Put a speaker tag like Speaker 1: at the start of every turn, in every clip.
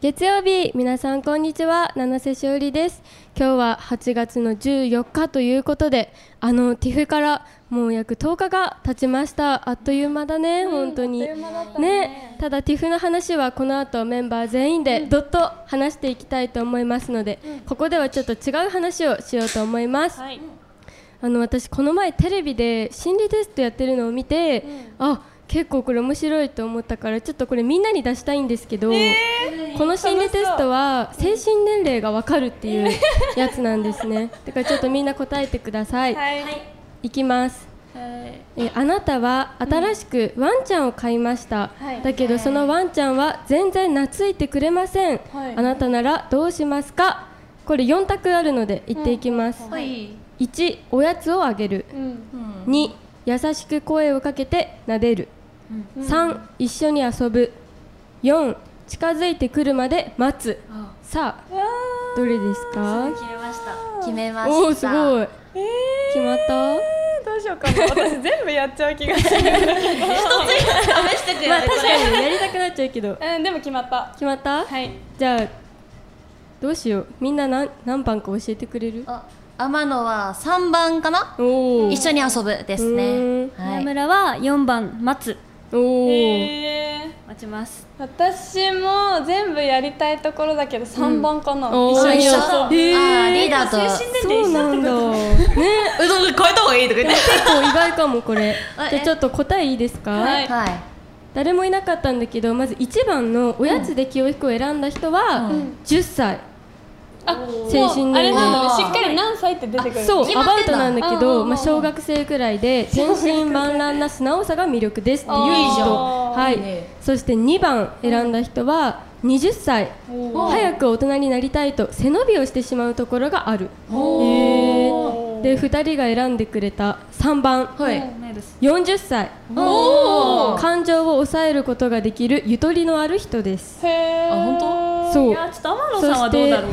Speaker 1: 月曜日皆さんこんにちは七瀬しおりです今日は8月の14日ということであのティフからもう約10日が経ちましたあっという間だね、本当に
Speaker 2: あっという間だったね
Speaker 1: ねただ TIFF の話はこの後メンバー全員でどっと話していきたいと思いますので、ここではちょっと違う話をしようと思います、
Speaker 2: はい、
Speaker 1: あの私この前テレビで心理テストやってるのを見て、あ結構これ面白いと思ったからちょっとこれみんなに出したいんですけど、この心理テストは精神年齢がわかるっていうやつなんです ねだからちょっとみんな答えてください、
Speaker 2: はい、
Speaker 1: いきますえーあなたは新しくワンちゃんを飼いました、
Speaker 2: はい
Speaker 1: だけどそのワンちゃんは全然懐いてくれません、
Speaker 2: はい
Speaker 1: あなたならどうしますかこれ4択あるので言っていきます、
Speaker 3: はい。
Speaker 1: 1おやつをあげる、2優しく声をかけて撫でる、3一緒に遊ぶ4近づいてくるまで待つさあどれですか
Speaker 3: 決めました。決めました。
Speaker 1: おおーすご
Speaker 3: い。
Speaker 1: い決まった
Speaker 2: どうしようかな私全部やっちゃう気がする
Speaker 3: 試してくれ
Speaker 1: まあ
Speaker 3: る。
Speaker 1: 確かにやりたくなっちゃうけど
Speaker 2: うんでも決まった
Speaker 1: 決まった、
Speaker 2: はい
Speaker 1: じゃあどうしようみんな何何番か教えてくれる
Speaker 3: あ、天野は三番かな。
Speaker 1: お
Speaker 3: 一緒に遊ぶです
Speaker 1: うん
Speaker 3: ね。はい。
Speaker 4: 村は4番待つ
Speaker 1: おおー、
Speaker 2: へー
Speaker 4: 待ちます
Speaker 2: 私も全部やりたいところだけど三番かな、
Speaker 1: おー
Speaker 2: 一緒に
Speaker 3: 一緒
Speaker 2: 遊ぼう
Speaker 1: へー
Speaker 3: あーリーダーと。
Speaker 1: そうなんだね
Speaker 3: うどん変えた方がいいとか言って。
Speaker 1: 結構意外かもこれ
Speaker 3: あ
Speaker 1: じゃあ
Speaker 3: え
Speaker 1: ちょっと答えいいですか、
Speaker 2: はい
Speaker 3: はい。
Speaker 1: 誰もいなかったんだけどまず1番のおやつで気を引くを選んだ人は
Speaker 3: うん
Speaker 1: 10歳、
Speaker 2: あもう
Speaker 1: 精神年齢
Speaker 2: あれなの
Speaker 3: あー
Speaker 2: ねしっかり何歳って出てくる
Speaker 1: そう
Speaker 3: 決
Speaker 1: ア
Speaker 3: ま
Speaker 1: バウ
Speaker 3: ってん
Speaker 1: ト
Speaker 3: だ
Speaker 1: なんだけ
Speaker 2: うんうん
Speaker 1: ど、
Speaker 2: うん
Speaker 1: まあ、小学生くらいで天真爛漫な素直さが魅力ですっていう人
Speaker 2: あー
Speaker 1: はい
Speaker 3: いね
Speaker 1: そして2番選んだ人は20歳
Speaker 2: おー
Speaker 1: 早く大人になりたいと背伸びをしてしまうところがあるへーで2人が選んでくれた3番、
Speaker 3: はい。
Speaker 1: 40歳
Speaker 3: おー
Speaker 1: 感情を抑えることができるゆとりのある人です
Speaker 2: へえ
Speaker 3: あ本
Speaker 1: そう
Speaker 4: ちょっと天
Speaker 1: 野さんはどうだろ
Speaker 4: う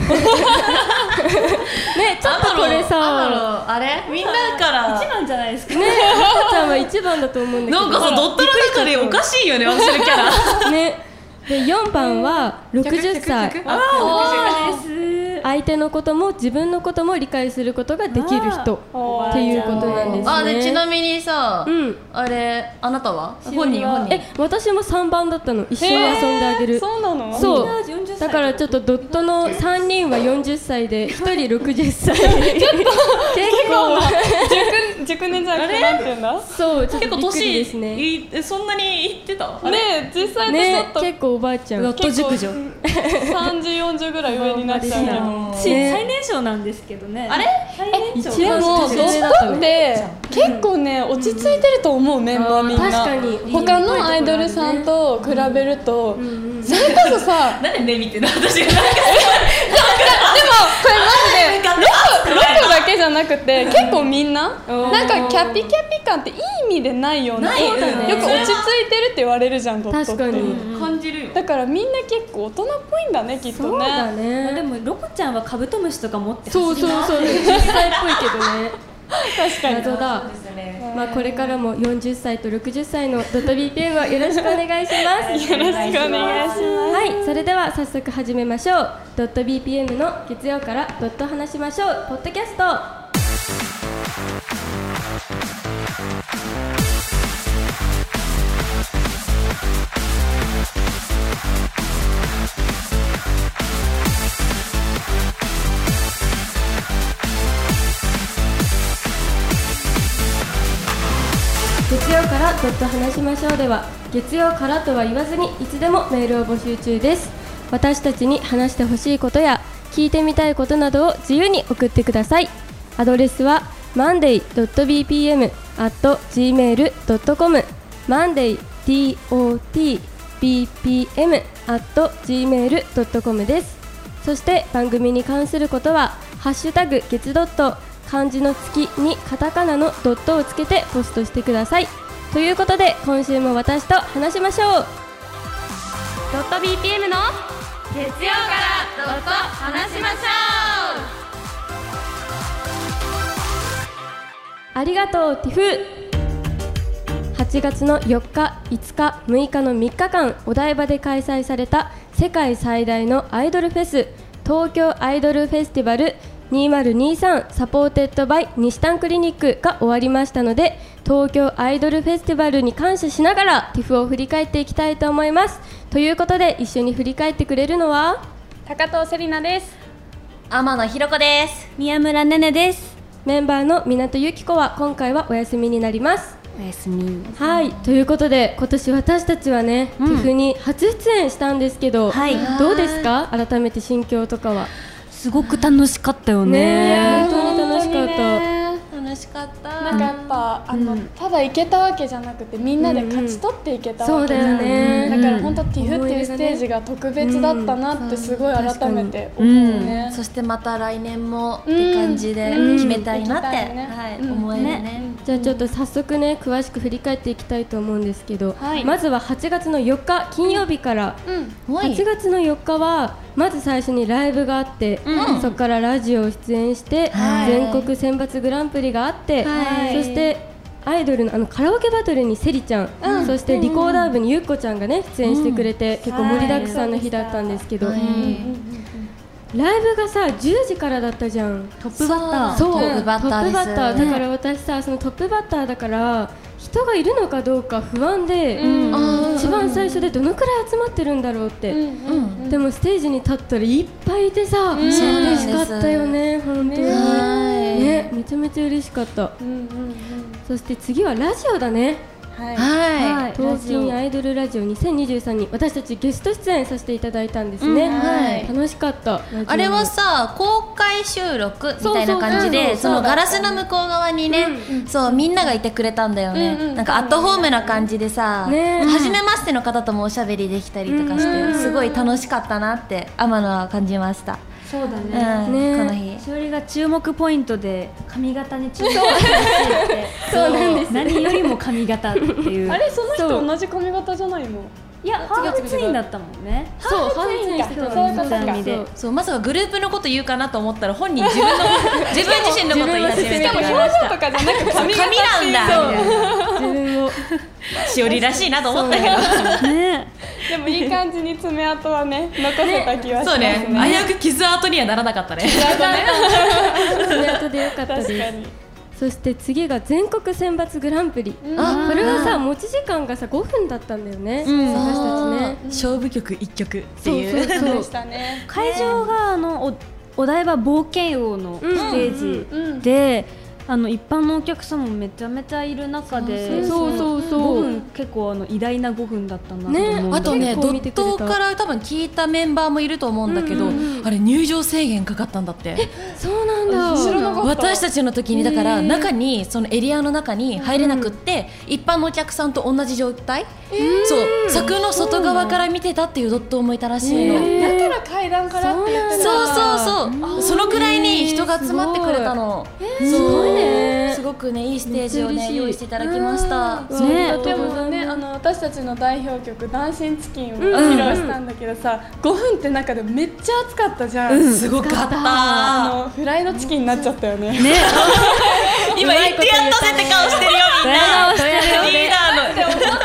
Speaker 1: ねちょっとこれ
Speaker 3: 天
Speaker 1: さ
Speaker 3: 野あれ？みんなから。
Speaker 4: 番じゃないですか
Speaker 1: ね赤ちゃんは1番だと思うんだけど
Speaker 3: ドットの中でおかしいよね私のキャ ラ。
Speaker 1: ね、で4番は60歳
Speaker 3: あ
Speaker 1: 相手のことも自分のことも理解することができる人っていうことなんですね
Speaker 3: ー。あでちなみにさ
Speaker 1: う。ん
Speaker 3: あれあなたは？本人本人。
Speaker 1: え私も3番だったの一緒に遊んであげる
Speaker 2: そうなの
Speaker 1: そう
Speaker 4: 40歳
Speaker 1: だからちょっとドットの3人は40歳で1人60歳 結構
Speaker 2: 熟熟年じゃなくてなんて言うんだ
Speaker 1: そうちょっとびっくりですね
Speaker 5: いえそんなに言ってた
Speaker 2: ねえ実際って
Speaker 1: ね
Speaker 2: ちょっ
Speaker 1: 結構おばあちゃん
Speaker 2: と熟女三十四十ぐらい上になっちゃうけど
Speaker 4: 最
Speaker 1: ね
Speaker 4: 年少なんですけどね
Speaker 5: あれ
Speaker 4: 最年少
Speaker 1: 一
Speaker 2: でも
Speaker 1: 番
Speaker 2: ド
Speaker 1: 年上だっ
Speaker 2: ッ
Speaker 1: た
Speaker 2: トっ
Speaker 1: の
Speaker 2: て結構ね落ち着いてると思うメンバーみん
Speaker 1: 確
Speaker 2: な
Speaker 1: かに
Speaker 2: 他のアイドルさんと比べると
Speaker 1: うんうん
Speaker 2: それこそ さ
Speaker 5: なんで目見てんの私がな
Speaker 2: で
Speaker 5: んか
Speaker 2: もこれマジでロコロコだけじゃなくて結構みんななんかキャピキャピ感っていい意味でないような
Speaker 5: ない
Speaker 2: よ
Speaker 5: よ
Speaker 2: く
Speaker 5: ね
Speaker 2: 落ち着いてるって言われるじゃんドット
Speaker 1: 確
Speaker 2: って
Speaker 1: かに
Speaker 5: 感じるよ
Speaker 2: だからみんな結構大人っぽいんだねきっ
Speaker 1: そ
Speaker 2: と
Speaker 1: うだ
Speaker 2: ね
Speaker 4: まあ
Speaker 1: ね
Speaker 4: でもロコちゃんはカブトムシとか持って
Speaker 1: そうそうそう10歳っぽいけどね
Speaker 2: 確かに
Speaker 1: 謎だ
Speaker 5: ですね
Speaker 1: まあこれからも40歳と60歳のドット BPM をよろしくお願いします。
Speaker 2: よろしくお願いします
Speaker 1: はい、それでは早速始めましょう。ドット BPM の月曜からドット話しましょう。ポッドキャスト。月曜からドット話しましょうでは月曜からとは言わずにいつでもメールを募集中です私たちに話してほしいことや聞いてみたいことなどを自由に送ってくださいアドレスは monday.bpm.gmail.com monday.bpm.gmail.com ですそして番組に関することは「ハッシュタグ月ドット」漢字の月にカタカナのドットをつけてポストしてくださいということで今週も私と話しましょうドット BPM の月曜からドット話しましょうありがとうティフ8 8月の4日、5日、6日の3日間お台場で開催された世界最大のアイドルフェス東京アイドルフェスティバル2023サポーテッドバイ西丹クリニックが終わりましたので東京アイドルフェスティバルに感謝しながら TIFF を振り返っていきたいと思いますということで一緒に振り返ってくれるのは
Speaker 2: 高藤セリナです
Speaker 3: 天野ひろ子です
Speaker 4: 宮村ねねです
Speaker 1: メンバーの港由紀子は今回はお休みになります
Speaker 3: おやすみ
Speaker 1: はいということで今年私たちはね、
Speaker 3: うん
Speaker 1: TIFF に初出演したんですけど、
Speaker 3: はい
Speaker 1: どうですか改めて心境とかは
Speaker 4: すごく楽しかったよ
Speaker 1: ねえ
Speaker 2: いや
Speaker 1: 本当に楽しかった、
Speaker 3: 楽しかった
Speaker 2: なんかやっぱ、あのただ行けたわけじゃなくてみんなで勝ち取っていけた
Speaker 1: そ
Speaker 2: わ
Speaker 1: う
Speaker 2: け
Speaker 1: だ
Speaker 2: じゃん
Speaker 1: よね、
Speaker 2: だから本当 TIFF っていうステージが特別だったなってすごい改めて思うね。
Speaker 3: そしてまた来年もって感じで決めたいなって、
Speaker 2: うん
Speaker 3: はい
Speaker 2: うん
Speaker 3: 思えるね
Speaker 1: じゃあちょっと早速ね詳しく振り返っていきたいと思うんですけど、
Speaker 2: はい
Speaker 1: まずは8月の4日金曜日から、
Speaker 2: うん
Speaker 3: はい
Speaker 1: 8月の4日はまず最初にライブがあって、
Speaker 3: うん
Speaker 1: そこからラジオ出演して、
Speaker 3: はい
Speaker 1: 全国選抜グランプリがあって、
Speaker 3: はい
Speaker 1: そしてアイドルのあのカラオケバトルにセリちゃん、そしてリコーダー部にゆっこちゃんがね出演してくれて、結構盛りだくさんの日だったんですけど、ライブがさ10時からだったじゃん。
Speaker 3: トップバッター
Speaker 1: そう、
Speaker 3: トップバッターです
Speaker 1: トップバッターだから私さ、そのトップバッターだから人がいるのかどうか不安で、
Speaker 2: うん
Speaker 3: うん
Speaker 1: 一番最初でどのくらい集まってるんだろうって、でもステージに立ったらいっぱいいてさ、
Speaker 3: そうなんで
Speaker 1: 嬉
Speaker 3: す
Speaker 1: しかったよね本当に、
Speaker 3: はい
Speaker 1: ねめちゃめちゃ嬉しかったそして次はラジオだね
Speaker 3: はい
Speaker 1: 東京アイドルラジオ2023に私たちゲスト出演させていただいたんですね、
Speaker 3: はい
Speaker 1: 楽しかった
Speaker 3: あれはさ公開収録みたいな感じ
Speaker 1: そう
Speaker 3: で
Speaker 1: そうそう
Speaker 3: そのガラスの向こう側にね、そうみんながいてくれたんだよね、なんかアットホームな感じでさ、
Speaker 1: ね
Speaker 3: 初めましての方ともおしゃべりできたりとかして、すごい楽しかったなって天野は感じました、
Speaker 4: そうだ
Speaker 3: うん
Speaker 4: ね、
Speaker 1: ね
Speaker 3: この日
Speaker 4: しおりが注目ポイントで髪型に注目してそうなんです何よりも髪型っていう
Speaker 2: あれその人同じ髪型じゃないの？
Speaker 4: いやハーフツインだったもんね
Speaker 1: そう
Speaker 2: ハーフツインか
Speaker 1: ハーフツインしてた
Speaker 2: そういうことか
Speaker 1: そうそう
Speaker 5: そうまさかグループのこと言うかなと思ったら本人自分の自分自身のこと言い始め
Speaker 2: してか
Speaker 5: く
Speaker 2: も
Speaker 5: れ
Speaker 2: 表
Speaker 5: まし
Speaker 2: 情
Speaker 5: た
Speaker 2: とかじゃなく髪型
Speaker 3: 髪なんだ
Speaker 1: 自分を
Speaker 5: しおりらしいなと思ったけど
Speaker 4: ね
Speaker 2: でもいい感じに爪痕はね残せた気はします
Speaker 5: そうね
Speaker 2: ね。
Speaker 5: 危うく傷跡にはならなかったね
Speaker 1: 爪痕でよかったで
Speaker 2: 確か
Speaker 1: す
Speaker 2: に。
Speaker 1: そして次が全国選抜グランプリ、
Speaker 3: あ
Speaker 1: これはさ持ち時間がさ5分だったんだよね、
Speaker 3: うん
Speaker 1: 私たちね
Speaker 5: 勝負曲一曲って
Speaker 1: そう
Speaker 5: いう
Speaker 1: そうそう
Speaker 2: でしたね。
Speaker 4: 会場があのおお台場冒険王のステージで、あの一般のお客さんもめちゃめちゃいる中で
Speaker 1: そうそうそう
Speaker 4: 5分結構あの偉大な5分だったなと思
Speaker 1: ね
Speaker 4: うんだ
Speaker 5: あとね
Speaker 1: 結
Speaker 5: ド
Speaker 1: 構見て
Speaker 5: ッ
Speaker 1: くれた
Speaker 5: トから多分聞いたメンバーもいると思うんだけど、あれ入場制限かかったんだって
Speaker 1: そうなんだ
Speaker 2: 知らなかった。
Speaker 5: 私たちの時にだから中にそのエリアの中に入れなくって、一般のお客さんと同じ状態、そう柵の外側から見てたっていうドットもいたらしいの、
Speaker 2: だから階段からって言ってた
Speaker 5: そうそうそうそのくらいに人が集まってくれたの、そう
Speaker 1: すごいね
Speaker 5: すごくねいいステージを
Speaker 1: めっちゃ嬉し
Speaker 5: ね
Speaker 1: い
Speaker 5: 用意していただきました
Speaker 1: うわありが
Speaker 2: で
Speaker 1: とうご
Speaker 2: も
Speaker 1: ざい
Speaker 2: ねあ
Speaker 1: ます
Speaker 2: の私たちの代表曲「ダンシンチキン」を披露したんだけどさ、5分って中でめっちゃ暑かったじゃん、
Speaker 5: すごかった
Speaker 2: あのフライドチキンになっちゃったよねね
Speaker 5: 今言ってやったぜって顔してるよみんなリーダーの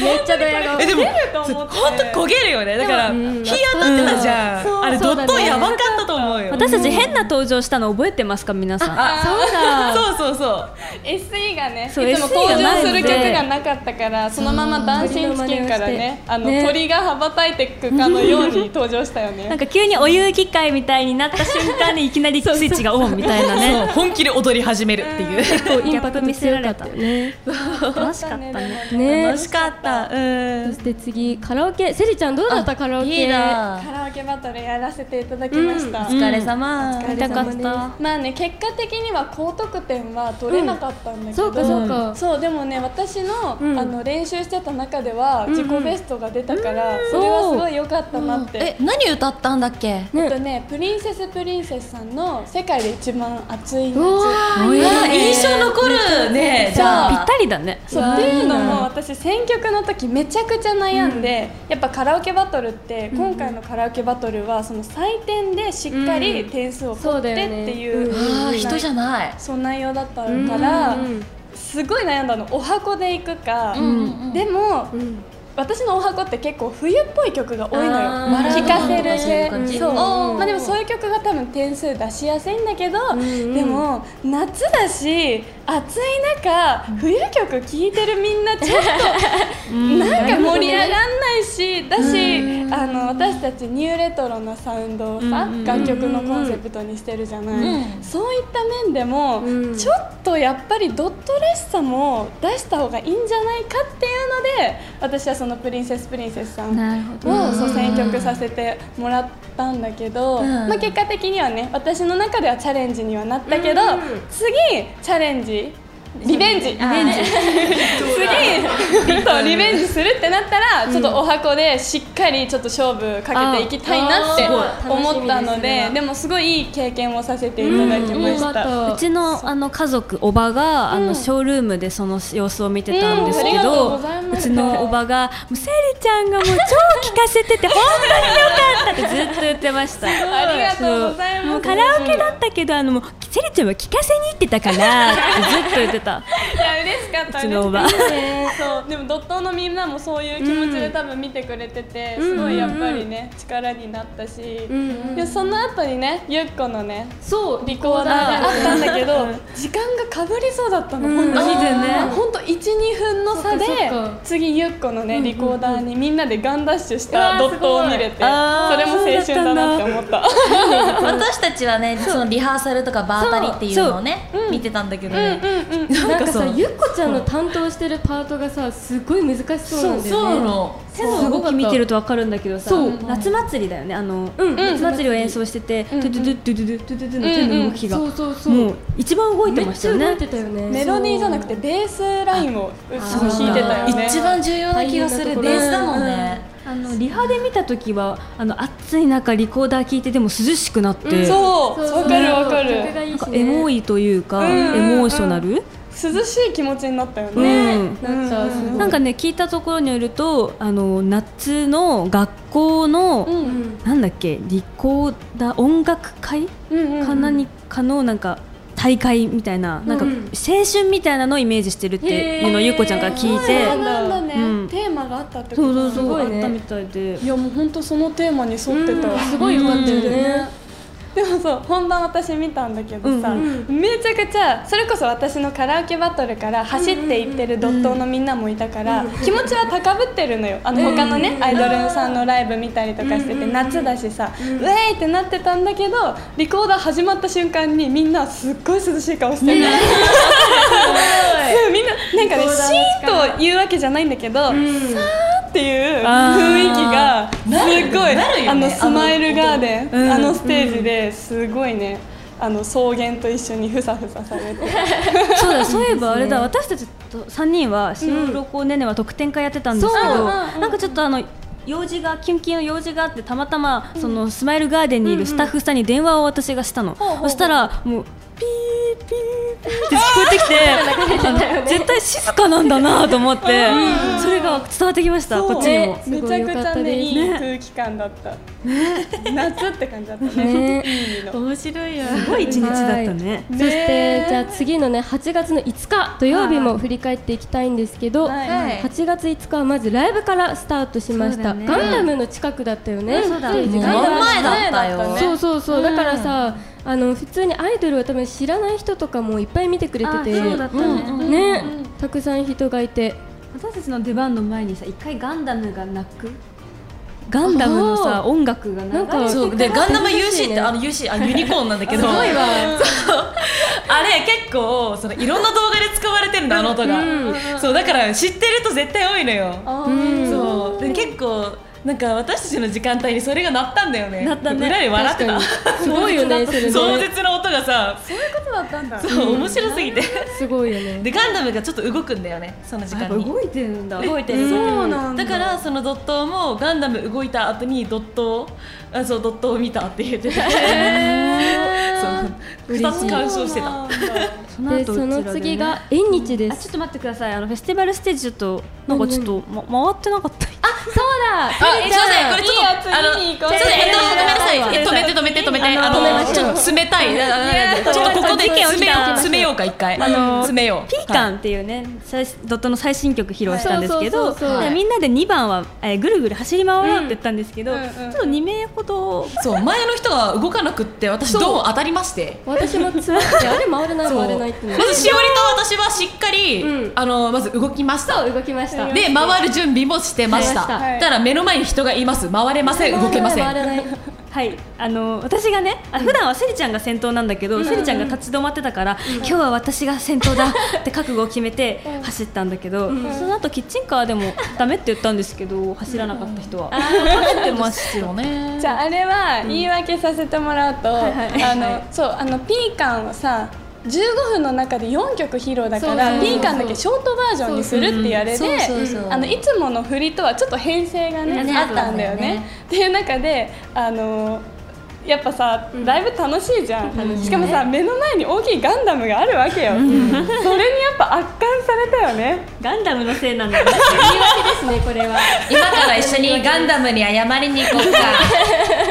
Speaker 1: めっちゃドヤ顔
Speaker 5: えでも
Speaker 2: と思って
Speaker 5: 本当焦げるよねだから
Speaker 1: ん
Speaker 5: 日当たってたじゃん、あれドットやばかったと思うよ
Speaker 4: 私たち変な登場したの覚えてますか皆さんあ
Speaker 5: そうだそうそうそう
Speaker 2: SE がねいつ
Speaker 4: そう
Speaker 2: も
Speaker 4: SE
Speaker 2: 登場する曲
Speaker 4: がないので
Speaker 2: がなかったからそのままダンシンチキンからねあの鳥が羽ばたいてくかのように登場したよ
Speaker 4: なん
Speaker 2: ね
Speaker 4: か急にお遊戯会みたいになった瞬間にいきなりスイッチがオンみたいな
Speaker 5: そう
Speaker 4: ね
Speaker 5: 本気で踊り始めるっていう
Speaker 1: インパクト強かったよね
Speaker 4: 楽しかったね
Speaker 1: ね
Speaker 5: 楽しかったうん
Speaker 1: そして次カラオケセリちゃんどうだったカラオケ
Speaker 5: リーダー
Speaker 2: カラオケバトルやらせていただきました、
Speaker 5: お疲れ様、
Speaker 1: 疲れ様です
Speaker 2: まあね結果的には高得点は取れなかったんだけど、
Speaker 1: そうかそうか、
Speaker 2: そうでもね私の,、
Speaker 1: うん
Speaker 2: あの練習してた中では自己ベストが出たから、それはすごい良かったなって、
Speaker 3: え何歌ったんだっけ
Speaker 2: あとねプリンセスプリンセスさんの「世界で一番熱いう夏」
Speaker 1: わ
Speaker 5: うわ印象残るねじゃ
Speaker 4: ぴっ
Speaker 5: あ
Speaker 4: たりだね
Speaker 2: そうっていうのも私選曲の時めちゃくちゃ悩んで、やっぱカラオケバトルって今回のカラオケバトルはその採点でしっかり点数を
Speaker 1: そ
Speaker 2: 取
Speaker 1: う
Speaker 2: っ
Speaker 1: だよ
Speaker 2: てっ
Speaker 1: ね
Speaker 2: ていう、
Speaker 1: うん
Speaker 3: あー人じゃない
Speaker 2: そう内容だったから、
Speaker 1: うん
Speaker 2: すごい悩んだのお箱で行くか、でも、私のお箱って結構冬っぽい曲が多いの
Speaker 5: あー
Speaker 2: よ聴かせる
Speaker 5: バラードとかそういう感じ
Speaker 2: 系そう
Speaker 5: うん
Speaker 2: まあでもそういう曲が多分点数出しやすいんだけど、でも夏だし暑い中冬曲聴いてるみんなちょっ となんか盛り上がんないしだしあの私たちニューレトロなサウンドをさ楽曲のコンセプトにしてるじゃないそういった面でも
Speaker 1: うん
Speaker 2: ちょっとやっぱりドットらしさも出した方がいいんじゃないかっていうので私はそのプリンセスプリンセスさん
Speaker 4: なるほど
Speaker 2: をそう選曲させてもらったんだけど、まあ、結果的にはね私の中ではチャレンジにはなったけど、
Speaker 1: うん
Speaker 2: 次チャレンジリベンジリベンジ 次そうリベンジするってなったら、ちょっとお箱でしっかりちょっと勝負かけていきたいなって
Speaker 1: あーすごい
Speaker 2: 思ったの
Speaker 1: 楽しみです
Speaker 2: で
Speaker 1: ね
Speaker 2: でもすごいいい経験をさせていただきま
Speaker 1: よか
Speaker 2: し。
Speaker 1: ったた
Speaker 4: うちのあの家族、おばが、あのショールームでその様子を見てたんですけ
Speaker 2: うんあ
Speaker 4: ど、
Speaker 2: りがとうございま
Speaker 4: う
Speaker 2: す
Speaker 4: ちのおばが、もうセリちゃんがもう超聞かせてて、本当によかったってずっと言ってました。
Speaker 2: ありがとうございます
Speaker 4: そうもうカラオケだったけど、あのもうセリちゃんは聞かせに行ってたからってずっと言ってた。
Speaker 2: いや嬉しかった
Speaker 4: うちのおば
Speaker 2: 嬉しかったねそうでもドットのみんなもそういう気持ちで多分見てくれてて、すごいやっぱりね力になったし、でもその後にねゆっこのね
Speaker 1: そう
Speaker 2: リコーダーがあったんだけど、時間がかぶりそうだったの、本当に本当一二分の差で
Speaker 1: そっかそっか
Speaker 2: 次ゆっこのねリコーダーにみんなでガンダッシュしたドットを見れて、
Speaker 4: あー
Speaker 2: それも青春だなって思った。
Speaker 5: 私たちはねそのリハーサルとかバータリっていうのをね見てたんだけどね、
Speaker 1: なんかさ
Speaker 5: そう
Speaker 1: ゆっこちゃんの担当してるパートがさすごい難しそうなんだよね
Speaker 5: そうなの
Speaker 1: 手の
Speaker 4: す
Speaker 1: 動
Speaker 4: ご
Speaker 1: き
Speaker 4: く
Speaker 1: 見
Speaker 4: 見
Speaker 1: て
Speaker 4: て
Speaker 1: る
Speaker 4: るとわかるんだけどさ
Speaker 1: そう
Speaker 4: 夏祭りだよねあの、
Speaker 1: うん
Speaker 4: 夏祭りを演奏してて、ドゥドゥドゥドゥドゥドゥドゥドゥの手の動きが、
Speaker 1: そうそうそう
Speaker 4: もう一番動いて
Speaker 1: め
Speaker 4: ま
Speaker 1: っ
Speaker 4: し
Speaker 1: ち
Speaker 4: た
Speaker 1: ゃ
Speaker 4: よ
Speaker 1: 動
Speaker 4: ね
Speaker 1: いてたよね
Speaker 2: メロディーじゃなくてベースラインをうちも弾いてたよね。
Speaker 5: 一番重要な気がするベースだもんね、
Speaker 4: あのリハで見た時はあの暑い中リコーダー聴いてでも涼しくなって、なん
Speaker 2: そう
Speaker 1: そうそう
Speaker 2: わかるわか
Speaker 1: 曲が
Speaker 2: る
Speaker 1: いいし
Speaker 4: か
Speaker 1: ね
Speaker 4: エモいというか、
Speaker 2: うん
Speaker 4: エモーショナル、
Speaker 2: 涼しい気持ちになったよ
Speaker 4: うん
Speaker 2: ね、
Speaker 1: なんかすごい
Speaker 4: なんかね聞いたところによるとあの夏の学校の、
Speaker 1: うん
Speaker 4: なんだっけリコーダー音楽会
Speaker 2: うんうん
Speaker 4: かなにかのなんか大会みたいななんか
Speaker 1: う
Speaker 4: 青
Speaker 1: ん
Speaker 4: 春みたいなのをイメージしてるっていうのを
Speaker 1: へー
Speaker 4: ゆうこちゃんから聞い
Speaker 2: そ
Speaker 4: て
Speaker 2: うなんだね、
Speaker 4: うん
Speaker 2: テーマがあったってこと
Speaker 4: そうそう
Speaker 1: す
Speaker 4: そ
Speaker 1: ご
Speaker 4: う
Speaker 1: いね
Speaker 4: あったみたいで
Speaker 2: いやもう本当そのテーマに沿ってた、
Speaker 1: すごい良かったよね
Speaker 2: でもそう本番私見たんだけどさ、
Speaker 1: うん
Speaker 2: めちゃくちゃそれこそ私のカラオケバトルから走っていってるドットのみんなもいたから、気持ちは高ぶってるのよあの他のね、アイドルさんのライブ見たりとかしてて、夏だしさ、うウェーイってなってたんだけどリコーダー始まった瞬間にみんなすっごい涼しい顔してる、 そうみんななんかねシーンと言うわけじゃないんだけど、さーっていう雰囲気がすごい、あのスマイルガーデン、あのステージですごいね、あの草原と一緒にふさふさされて
Speaker 4: そうだそういえばあれだ私たちと3人は白黒子ねねは特典会やってたんですけ
Speaker 2: そううん
Speaker 4: ど
Speaker 2: うん
Speaker 4: なんかちょっとあの用事がキュンキュンの用事があってたまたまそのスマイルガーデンにいるスタッフさんに電話を私がしたの
Speaker 2: ほうほう
Speaker 4: そしたらもうピーピーピーって聞こえてきて あの絶対静かなんだなと思ってそれが伝わってきましたこっちにも
Speaker 2: そうめちゃくちゃねいい空気感だった、夏って感じだったね
Speaker 1: ね
Speaker 2: いい意味の
Speaker 4: 面白いやすごい一日だったね
Speaker 1: そしてじゃあ次のね8月の5日土曜日も振り返っていきたいんですけど、
Speaker 2: はい
Speaker 5: はい
Speaker 1: 8月5日はまずライブからスタートしまし
Speaker 4: そ
Speaker 1: た、
Speaker 4: うだね
Speaker 1: ガンダムの近くだったよね、そうだ
Speaker 5: もう真ん前だったよ
Speaker 2: ね
Speaker 1: そうそうそう、だからさあの普通にアイドルを多分知らない人とかもいっぱい見てくれてて
Speaker 4: たね
Speaker 1: ね、たくさん人がいて
Speaker 4: 私たちの出番の前にさ一回ガンダムが泣くガンダムのさ音楽が
Speaker 1: なんか
Speaker 4: 流れ
Speaker 5: そうでガンダム UC って
Speaker 1: ね
Speaker 5: あの UC あユニコーンなんだけどあれ結構そのいろんな動画で使われてるんだあの音が、そうだから知ってると絶対多いのよ、そうで結構なんか私たちの時間帯にそれが鳴ったんだよね
Speaker 4: 鳴ったね
Speaker 5: 裏で笑って
Speaker 1: 確かに
Speaker 5: た
Speaker 1: すごいよねそれ
Speaker 5: 壮
Speaker 1: ね
Speaker 5: 絶な音がさ
Speaker 2: そうだったんだ
Speaker 5: そう面白すぎて
Speaker 1: すごいよね
Speaker 5: でガンダムがちょっと動くんだよねその時
Speaker 4: やっ
Speaker 5: 間
Speaker 4: ぱ
Speaker 5: に
Speaker 4: 動いてるんだ
Speaker 5: 動いてるそうなんだからそのドットもガンダム動いた後にドットをあそうドットを見たって言っててそう2つ鑑賞してた
Speaker 4: そ
Speaker 1: でそ
Speaker 4: 後うちらでね
Speaker 1: の次が縁日で
Speaker 4: あちょ
Speaker 1: す
Speaker 4: っと待ってくださいあのフェスティバルステージちょっとなんかちょっと、ま、回ってなかった
Speaker 1: あそうだ
Speaker 5: あえすいませんこれちょっとあのちょっとえっとごめんなさいいえ止めて止めて止めてあのちょっと冷たいちょっとここで詰めよう詰めようか一回詰めよう
Speaker 4: ピーカンっていうね、最ドットの最新曲披露したんですけ
Speaker 1: は
Speaker 4: ど、
Speaker 1: いそうそうそうそう
Speaker 4: でみんなで2番は、えーぐるぐる走り回ろうって言ったんですけど、
Speaker 2: うんうんうんうん
Speaker 4: ちょっと2名ほど
Speaker 5: そう前の人が動かなくって私どう当たりまして
Speaker 1: 私も詰まってあれ回れない回れないってな
Speaker 5: ま
Speaker 1: って
Speaker 5: ずしおりと私はしっかり、
Speaker 1: うん
Speaker 5: あのまず動きました
Speaker 1: そう動きました
Speaker 5: で回る準備もしてました
Speaker 1: はい
Speaker 5: だから目の前に人がいます回れません動けませ
Speaker 1: 回れ
Speaker 5: ん
Speaker 1: ない回れない
Speaker 4: はい、あの私がね、あ普段はセリちゃんが先頭なんだけど、セリちゃんが立ち止まってたから、今日は私が先頭だって覚悟を決めて走ったんだけど、その後キッチンカーでもダメって言ったんですけど、走らなかった人は。
Speaker 5: 立ってますよね
Speaker 2: じゃああれは言い訳させてもらうと、あのそうあのピーカンはさ15分の中で4曲披露だか
Speaker 1: そうそうそう
Speaker 2: らピーカンだけショートバージョンにするっていうあれ
Speaker 3: そう
Speaker 2: で
Speaker 3: そうそう
Speaker 2: あのいつもの振りとはちょっと編成がね
Speaker 3: ね
Speaker 2: あったんだよね。っていう中であのやっぱさライブ楽しいじゃん、しかもさ目の前に大きいガンダムがあるわけよ、それにやっぱ圧巻されたよね
Speaker 4: ガンダムのせいなんだよね。
Speaker 1: ですねこれは
Speaker 3: 今から一緒にガンダムに謝りに行こうか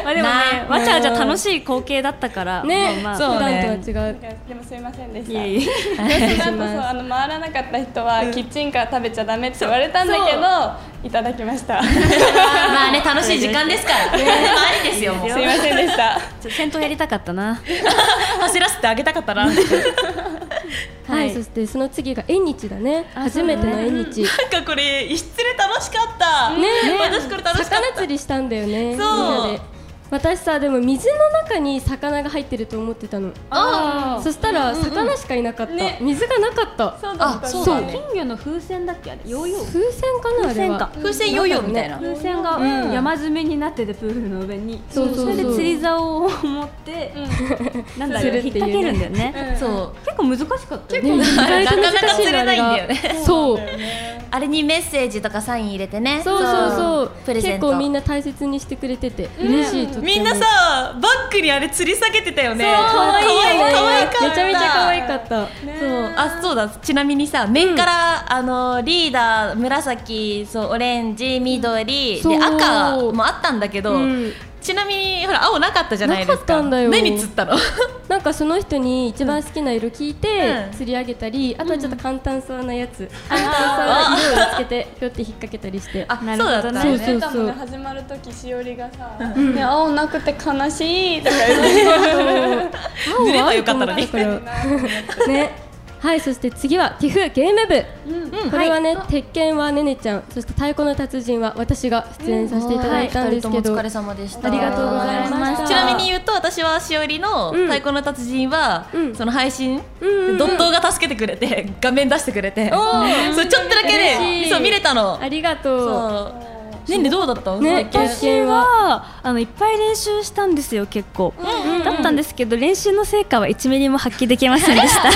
Speaker 4: まあでもね
Speaker 3: な、
Speaker 4: わちゃわちゃ楽しい光景だったから、
Speaker 1: ね
Speaker 4: まあまあ
Speaker 5: そう
Speaker 1: 普
Speaker 5: ね
Speaker 1: 段とは違う
Speaker 2: いやでもすいませんでした
Speaker 4: いえいえ
Speaker 2: 私 があとそうあの回らなかった人はキッチンカー食べちゃダメって言われたんだけどいただきました すい
Speaker 3: まあね楽しい時間ですから、ね、ありですよもう
Speaker 2: ませんでした
Speaker 4: ちょ先頭やりたかったな。
Speaker 5: 走らせてあげたかった ななんか
Speaker 1: はい、
Speaker 4: はい
Speaker 1: そしてその次が縁日だね初めての縁日ね
Speaker 5: これ一失礼楽しかった私これ楽しかっ
Speaker 1: 魚釣りしたんだよねみ
Speaker 5: そう
Speaker 1: んなで私さでも水の中に魚が入ってると思ってたの
Speaker 2: あ
Speaker 1: そしたら魚しかいなかった、
Speaker 2: ね
Speaker 1: 水がなかった
Speaker 2: そうだった
Speaker 5: そうだね
Speaker 4: 金魚の風船だっけあれ、ヨーヨー。
Speaker 1: 風船かなあ
Speaker 4: 風
Speaker 1: れ
Speaker 4: 船
Speaker 1: は
Speaker 4: か。
Speaker 5: 風船ヨーヨーみたいな
Speaker 4: 風船が山積みになっててプールの上に
Speaker 1: そうそうそう
Speaker 4: れで釣り竿を持って、なんだ
Speaker 1: する
Speaker 4: ろ
Speaker 1: っ
Speaker 4: う
Speaker 1: ていうね
Speaker 4: 引っ掛けるんだよね、
Speaker 2: うん
Speaker 3: そう
Speaker 4: 結構難しかったよね
Speaker 1: ね、意外と難しい
Speaker 5: なかなか釣れないんだよね
Speaker 1: あれがそう
Speaker 3: あれにメッセージとかサイン入れてね
Speaker 1: そうそうそう
Speaker 3: プレゼ
Speaker 1: 結
Speaker 3: ント
Speaker 1: 構みんな大切にしてくれてて嬉しいとっても
Speaker 5: みんなさバッグにあれ吊り下げてたよね可愛い可愛かった
Speaker 1: めちゃめちゃ可愛かった
Speaker 3: そうあそうだちなみにさ面から、あのリーダー紫そうオレンジ緑
Speaker 1: そう
Speaker 3: で赤もあったんだけど、
Speaker 1: うん
Speaker 5: ちなみにほら青なかったじゃないですか
Speaker 1: なかったんだよ
Speaker 5: 何釣ったの
Speaker 1: なんかその人に一番好きな色聞いて
Speaker 3: うん
Speaker 1: 釣り上げたり、あとはちょっと簡単そうなやつ、簡単そうな色を見つけてぴょって引っ掛けたりして
Speaker 3: あそうだったね
Speaker 1: そうそう
Speaker 2: 多
Speaker 1: そ
Speaker 2: 分ね
Speaker 1: う
Speaker 2: 始まる時しおりがさ「ね青なくて悲しい」とか言って
Speaker 5: 濡ればよかったのに
Speaker 1: 青青と思ったからねはいそして次は TIFF ゲーム部、これはね、鉄拳はねねちゃんそして太鼓の達人は私が出演させていただいたんですけど、
Speaker 3: はい二人ともお疲れ様でした
Speaker 1: ありがとうございました
Speaker 5: ちなみに言うと私はしおりの「
Speaker 1: ん
Speaker 5: 太鼓の達人は」
Speaker 1: うん
Speaker 5: その配信、
Speaker 1: うんうん
Speaker 5: ドットが助けてくれて画面出してくれて
Speaker 1: ー
Speaker 5: そうちょっとだけ
Speaker 1: 嬉し
Speaker 5: で
Speaker 1: い
Speaker 5: そう見れたの
Speaker 1: ありがとう
Speaker 5: そうねんねどうだった
Speaker 1: ね
Speaker 5: 最近
Speaker 1: 私
Speaker 4: 私はあのいっぱい練習したんですよ結構、だったんですけど練習の成果は1ミリも発揮できませんでした
Speaker 5: い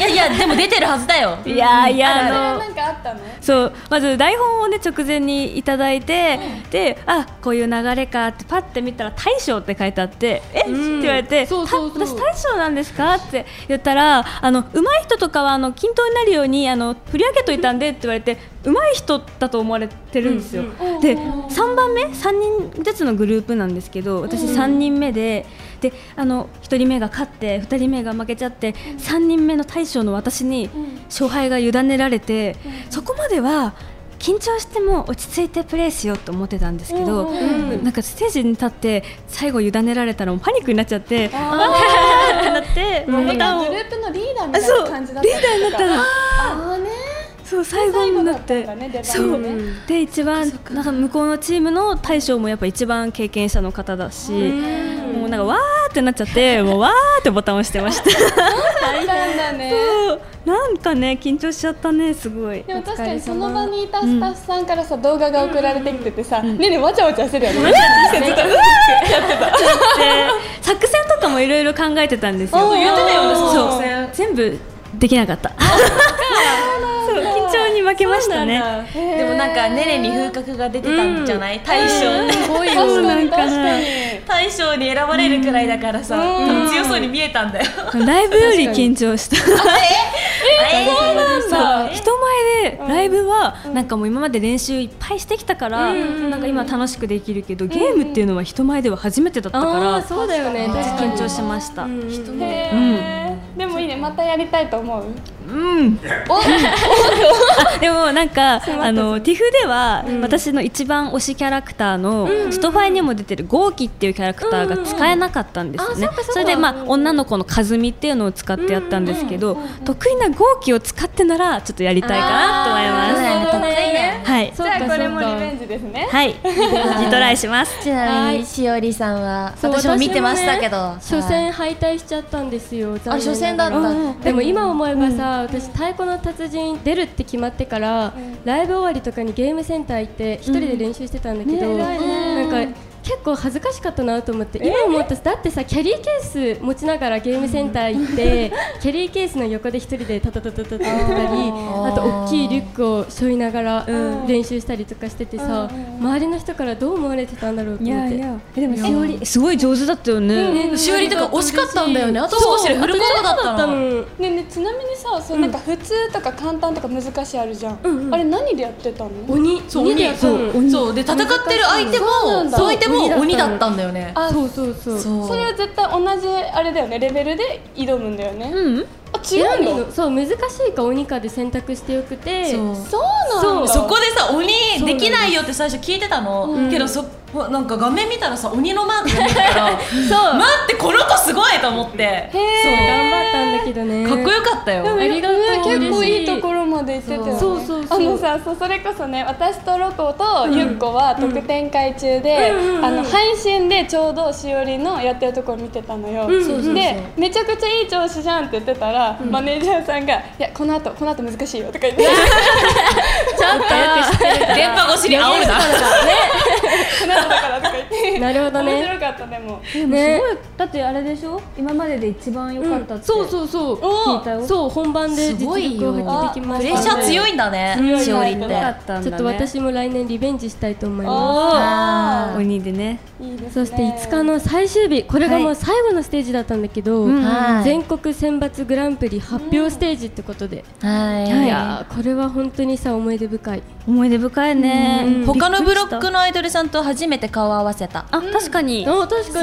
Speaker 5: やいやでも出てるはずだよ
Speaker 4: いやーいやーあの
Speaker 2: なんかあったの
Speaker 4: そうまず台本をね直前にいただいて、であこういう流れかってパッて見たら「大将」って書いてあって「えっ?」って
Speaker 1: ん
Speaker 4: 言われて「
Speaker 1: そうそうそう
Speaker 4: た私大将なんですか?」って言ったらあの上手い人とかはあの均等になるようにあの振り上げといたんでって言われて上手い人だと思われてるんですよ、で3番目3人ずつのグループなんですけど私3人目で。であの1人目が勝って2人目が負けちゃって3人目の大将の私に勝敗が委ねられて、そこまでは緊張しても落ち着いてプレーしようと思ってたんですけど、なんかステージに立って最後委ねられたらもうパニックになっちゃってあーってなってもうボタンを
Speaker 2: グループのリーダーみたいな感じだった
Speaker 4: リーダーになったら
Speaker 2: ああね
Speaker 4: そう最後になって
Speaker 2: 最後だったんだね出番
Speaker 4: そう
Speaker 2: ね
Speaker 4: で一番なんか向こうのチームの大将もやっぱ一番経験者の方だしもうなんかわーってなっちゃってもうわーってボタンを押してました
Speaker 2: 大変だね
Speaker 4: なんかね緊張しちゃったねすごい
Speaker 2: でも確かにその場にいたスタッフさんからさ動画が送られてきててさねえねえわちゃわちゃしてたよね
Speaker 4: で作戦とかもいろいろ考えてたんですよ。
Speaker 5: 言ってたよ私
Speaker 4: そ
Speaker 5: 作
Speaker 4: う
Speaker 5: 戦
Speaker 4: 全部できなかった。 そう緊張に負けましたね。
Speaker 3: でもなんかねねに風格が出てたんじゃない、大将
Speaker 1: すごいよ
Speaker 2: 確かに
Speaker 4: んか
Speaker 2: 確かに
Speaker 5: 大将に選ばれるくらいだからさ、多分強そうに見えたんだよ
Speaker 4: ライブより緊張した。
Speaker 1: おかげさまでした
Speaker 4: 人前でライブはなんかもう今まで練習いっぱいしてきたから、なんか今楽しくできるけど、ゲームっていうのは人前では初めてだったか
Speaker 1: あ
Speaker 4: ら、
Speaker 1: あそうだよね確かに
Speaker 4: 緊張しました。うん、
Speaker 1: 人
Speaker 2: へーでもいいねまたやりたいと思う
Speaker 4: あでもなんかあのティフでは、私の一番推しキャラクターの、ストファイにも出てるゴーキっていうキャラクターが使えなかったんですよね、
Speaker 1: あそっかそっか
Speaker 4: れでまあ女の子のカズミっていうのを使ってやったんですけど、得意なゴーキを使ってならちょっとやりたいかなと思います。
Speaker 2: そうだね
Speaker 4: はい
Speaker 2: じゃあこれもリベンジですね
Speaker 4: はい、リトライします。
Speaker 6: ちなみにしおりさんは
Speaker 1: そう
Speaker 6: 私も見てましたけど、
Speaker 1: 初戦敗退しちゃったんですよ
Speaker 6: あ初戦だった
Speaker 1: たでも今思えばさ、私太鼓の達人出るって決まってから、ライブ終わりとかにゲームセンター行って一人で練習してたんだけど、なんか結構恥ずかしかったなと思って、今思っただってさキャリーケース持ちながらゲームセンター行って、キャリーケースの横で一人でタタタタタってやってたりあと大きいリュックを背負いながら練習したりとかしててさ、周りの人からどう思われてたんだろうと思って。
Speaker 4: でもしおりすごい上手だったよね。
Speaker 6: しおりとか惜しかったんだよねあと少しでフルコートだったの
Speaker 2: ねえねえちなみにさそうなんか普通とか簡単とか難しいあるじゃん、あれ何でやってたの
Speaker 1: 鬼
Speaker 5: そう鬼
Speaker 1: だそう
Speaker 5: そうそうで戦ってる相手
Speaker 2: そうなん
Speaker 5: も
Speaker 2: だ
Speaker 5: 相手も
Speaker 1: 鬼
Speaker 5: 鬼
Speaker 1: だ
Speaker 5: だ
Speaker 1: っ
Speaker 5: ったたんだよね
Speaker 2: あ
Speaker 1: そうそうそう
Speaker 5: そう
Speaker 2: それは絶対同じあれだよねレベルで挑むんだよね、
Speaker 4: うん、
Speaker 2: あ違う
Speaker 1: 選んで
Speaker 2: の
Speaker 1: るそう難しいか鬼かで選択してよくて
Speaker 2: そうなんだ
Speaker 5: そこでさ鬼できないよって最初聞いてたの、けどそなんか画面見たらさ鬼のマークが出てたから
Speaker 1: そう
Speaker 5: 待ってこの子すごいと思って
Speaker 1: 頑張ったんだけどね
Speaker 5: かっこよかったよ、
Speaker 1: ありがとう
Speaker 2: 結構いいとこ
Speaker 1: ろ
Speaker 2: ろまで行ってたよね
Speaker 1: そうそうそうそう
Speaker 2: あのさそうそれこそね私とロコとゆっこは特典会中で、あの配信でちょうどしおりのやってるところ見てたのよ、でめちゃくちゃいい調子じゃんって言ってたら、マネージャーさんが「いやこの後この後難しいよ」とか言って
Speaker 5: 電波越しに煽るな
Speaker 2: この後だからとか言っ て
Speaker 1: なるほど
Speaker 2: 面
Speaker 1: ね
Speaker 2: 白かったでも
Speaker 1: ね
Speaker 4: だってあれでしょ今までで一番良かったって、
Speaker 1: そうそうそう
Speaker 4: 聞いたよ
Speaker 1: そう本番で実力を発揮できま
Speaker 5: プ
Speaker 1: し
Speaker 5: レッ
Speaker 1: た
Speaker 5: シャー強いんだね、
Speaker 6: しおりっ
Speaker 2: 強
Speaker 6: て
Speaker 2: いな
Speaker 4: だったんだ、ね、
Speaker 1: ちょっと私も来年リベンジしたいと思います
Speaker 6: あー
Speaker 4: 鬼でね
Speaker 2: いいです
Speaker 1: そ
Speaker 2: ね
Speaker 1: して5日の最終日これがもう最後のステージだったんだけど、
Speaker 6: はい
Speaker 1: 全国選抜グランプリ発表ステージってことで、
Speaker 6: はい
Speaker 1: いやーこれは本当にさ思い出深い
Speaker 4: 思い出深いね、
Speaker 3: 他のブロッ
Speaker 4: びっくり
Speaker 3: ク
Speaker 4: し
Speaker 3: のアイドルさんと初めて顔を合わせた
Speaker 4: たあ確かに、
Speaker 1: あ確かにそ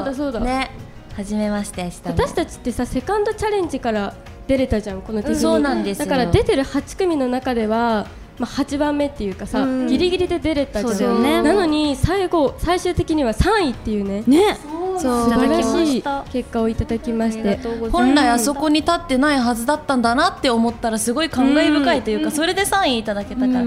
Speaker 1: うだそうだ、
Speaker 3: ね初めましてしたね
Speaker 1: 私たちってさセカンドチャレンジから出れたじゃんこの手
Speaker 3: そうなんです
Speaker 1: だ
Speaker 3: よ
Speaker 1: から出てる8組の中では、まあ、8番目っていうかさ、ギリギリで出れたじゃん
Speaker 4: そうだよね
Speaker 1: なのに最後最終的には3位っていうね
Speaker 4: ね
Speaker 1: 素晴らしい結果をいただきまして
Speaker 3: 本来あそこに立ってないはずだったんだなって思ったらすごい感慨深いというか、それで3位いただけたから、正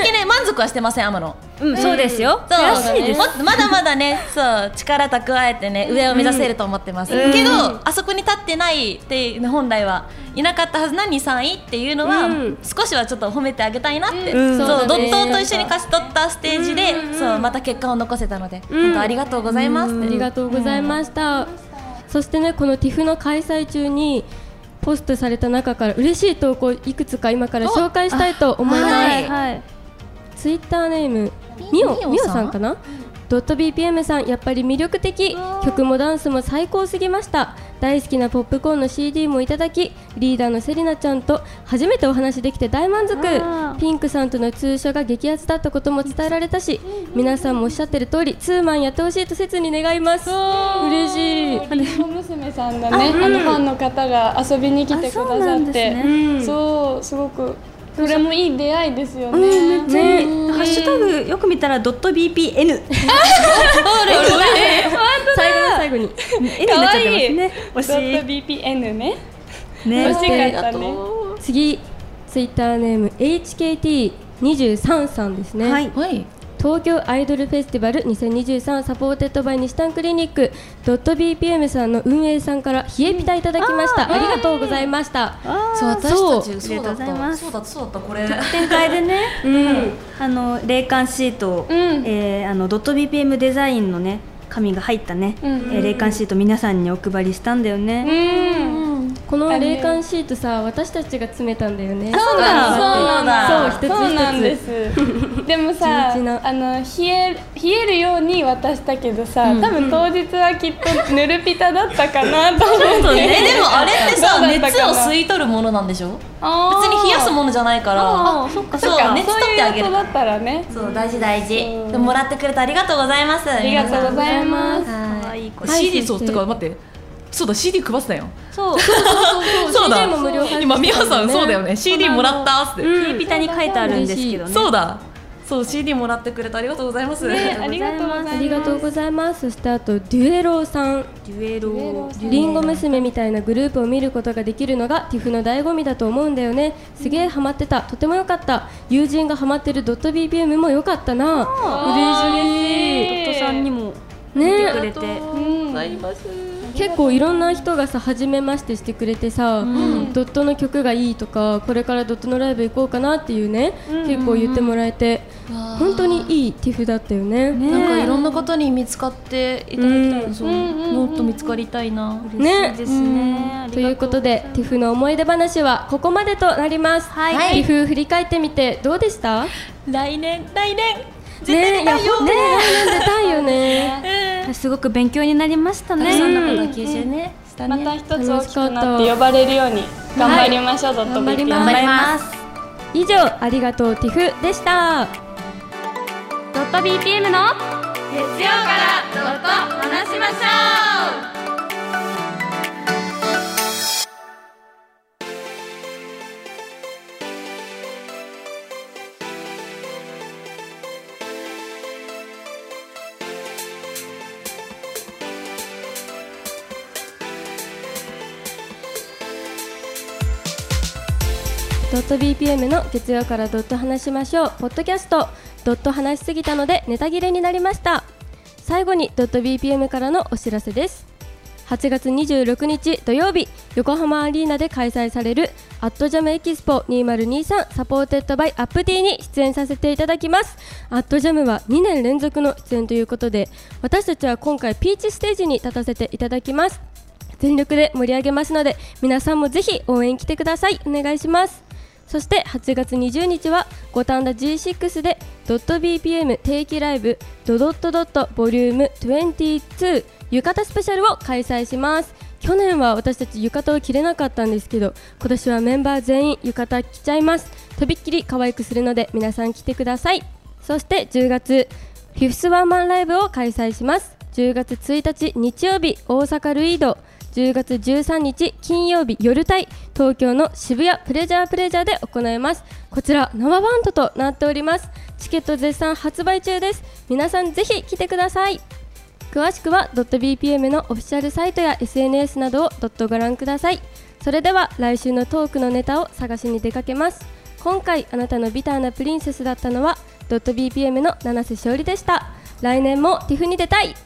Speaker 3: 直ね満足はしてません天野
Speaker 4: うんそうですよ、
Speaker 3: そう
Speaker 4: 悔しいです、
Speaker 3: もっとまだまだねそう力蓄えてね上を目指せると思ってます、けどあそこに立ってないっていう本来はいなかったはずなのに3位っていうのは、
Speaker 1: うん
Speaker 3: 少しはちょっと褒めてあげたいなって、
Speaker 1: ん
Speaker 3: そう
Speaker 1: そうだ
Speaker 3: ド
Speaker 1: ね
Speaker 3: ットと一緒に勝ち取ったステージで、そうまた結果を残せたので、本当ありがとうございますって、
Speaker 1: ありがとうございました、そしてねこの TIFF の開催中にポストされた中から嬉しい投稿いくつか今から紹介したいと思います、
Speaker 3: はい
Speaker 4: はい
Speaker 1: ツイッターネームみおみおさんかなドット BPM さんやっぱり魅力的曲もダンスも最高すぎました大好きなポップコーンの CD もいただきリーダーのセリナちゃんと初めてお話できて大満足ピンクさんとの通所が激アツだったことも伝えられたし皆さんもおっしゃってる通りツーマンやってほしいと切に願います嬉しい
Speaker 2: りんご娘さんがね、あのファンの方が遊びに来てくだ
Speaker 4: あそうな
Speaker 2: さ
Speaker 4: ん
Speaker 2: っ
Speaker 4: です
Speaker 2: て、
Speaker 4: ね
Speaker 1: うん
Speaker 2: そうすごくそれもいい出会いですよね。
Speaker 1: ね
Speaker 4: ハッシュタグよく見たらドット BPN N になっち
Speaker 1: 最後の最後に
Speaker 4: ゃってます
Speaker 2: ドッ
Speaker 4: ね
Speaker 2: ト BPN ね。
Speaker 4: 惜しいね
Speaker 2: 惜しかったね。
Speaker 1: 次ツイッターネーム HKT23 さんですね
Speaker 4: はい
Speaker 5: はい
Speaker 1: 東京アイドルフェスティバル2023サポーテッドバイ西丹クリニックドット BPM さんの運営さんから冷えピタいただきました、ありがとうございました、
Speaker 3: そう
Speaker 1: そう
Speaker 3: 私たち
Speaker 4: あり
Speaker 3: そう
Speaker 4: がとうござ
Speaker 3: だっ
Speaker 4: いま
Speaker 3: た
Speaker 4: す
Speaker 5: そうだったそうだったこれ
Speaker 4: 展開でね、
Speaker 1: ん
Speaker 4: あの霊感シートを、えーあのドット BPM デザインのね紙が入ったね、えー霊感シート皆さんにお配りしたんだよね、
Speaker 1: ここの霊感シートさ私たちが詰めたんだよね
Speaker 2: そうなのそうなの
Speaker 1: そう一つ一つ
Speaker 2: そうなんです でもさ
Speaker 1: 地道な
Speaker 2: あの冷え冷えるように渡したけどさ、多分当日はきっとぬるぴただったかなと思って
Speaker 3: えでもあれってさ
Speaker 2: どうだった
Speaker 3: 熱
Speaker 2: か
Speaker 3: を
Speaker 2: な
Speaker 3: 吸い取るものなんでしょ
Speaker 2: あー
Speaker 3: 別に冷やすものじゃないから
Speaker 2: あそっか
Speaker 3: そう
Speaker 2: そっか
Speaker 3: 熱
Speaker 2: そう
Speaker 3: 取ってあ
Speaker 2: い
Speaker 3: げ
Speaker 2: う
Speaker 3: る
Speaker 2: ことだったらね
Speaker 3: そう大事大事
Speaker 2: うん
Speaker 3: でももらってくれてありがとうございますあ
Speaker 2: ありがとうございます
Speaker 3: ます
Speaker 4: いい子
Speaker 5: CD そ
Speaker 1: そうう
Speaker 5: だから待ってそうだ CD 配ってたよ
Speaker 4: そう
Speaker 5: そうだ
Speaker 1: CD も無料配布
Speaker 5: 今美穂さんそうだよね CD もらったっつって
Speaker 4: ピピタに書いてあるんですけどね
Speaker 5: そうだそう CD もらってくれてありがとうございます
Speaker 2: ねありがとうございます
Speaker 1: ありがとうございますそしてあとデュエローさん
Speaker 4: デュエロを
Speaker 1: リンゴ娘みたいなグループを見ることができるのが TIFF の醍醐味だと思うんだよねすげえハマってたとても良かった友人がハマってるドット BPM も良かったな嬉しい
Speaker 4: 夫さんにも
Speaker 1: ね
Speaker 4: くれて
Speaker 1: 結構いろんな人がさ初めましてしてくれてさ、ドットの曲がいいとかこれからドットのライブ行こうかなっていうね、結構言ってもらえて本当にいい TIFF だったよね
Speaker 6: なんかいろんな方に見つかっていただきたい、そうもっと見つかりたいな、
Speaker 1: ね
Speaker 4: ですね
Speaker 1: ということで TIFF の思い出話はここまでとなります、はい、TIFF 振り返ってみてどうでした
Speaker 3: 来年来年絶
Speaker 1: ねえ、いや
Speaker 3: 対だよ
Speaker 1: 本当に来年出たいよね。
Speaker 4: すごく勉強になりましたね
Speaker 1: うん
Speaker 3: 吸収ねした
Speaker 2: ま
Speaker 3: ね
Speaker 2: た一つ大きくなって呼ばれるように頑張りましょう、ドット
Speaker 1: 頑張
Speaker 2: ビ
Speaker 1: ります
Speaker 3: 頑張ります
Speaker 1: 以上、ありがとうティフでした。
Speaker 4: ドット BPM の
Speaker 1: ドット BPM の月曜からドット話しましょうポッドキャストドット話しすぎたのでネタ切れになりました最後にドット BPM からのお知らせです8月26日土曜日横浜アリーナで開催されるアットジャムエキスポ2023サポーテッドバイアップティに出演させていただきますアットジャムは2年連続の出演ということで私たちは今回ピーチステージに立たせていただきます全力で盛り上げますので皆さんもぜひ応援来てくださいお願いしますそして8月20日は五反田 G6 でドット .bpm 定期ライブドドットドットボリューム22浴衣スペシャルを開催します去年は私たち浴衣を着れなかったんですけど今年はメンバー全員浴衣着ちゃいますとびっきり可愛くするので皆さん来てくださいそして10月フィフスワンマンライブを開催します10月1日日曜日大阪ルイード10月13日金曜日夜帯東京の渋谷プレジャープレジャーで行いますこちら生バンドとなっておりますチケット絶賛発売中です皆さんぜひ来てください詳しくは .bpm のオフィシャルサイトや SNS などをドットご覧くださいそれでは来週のトークのネタを探しに出かけます今回あなたのビターなプリンセスだったのは .bpm の七瀬しおりでした来年も TIFF に出たい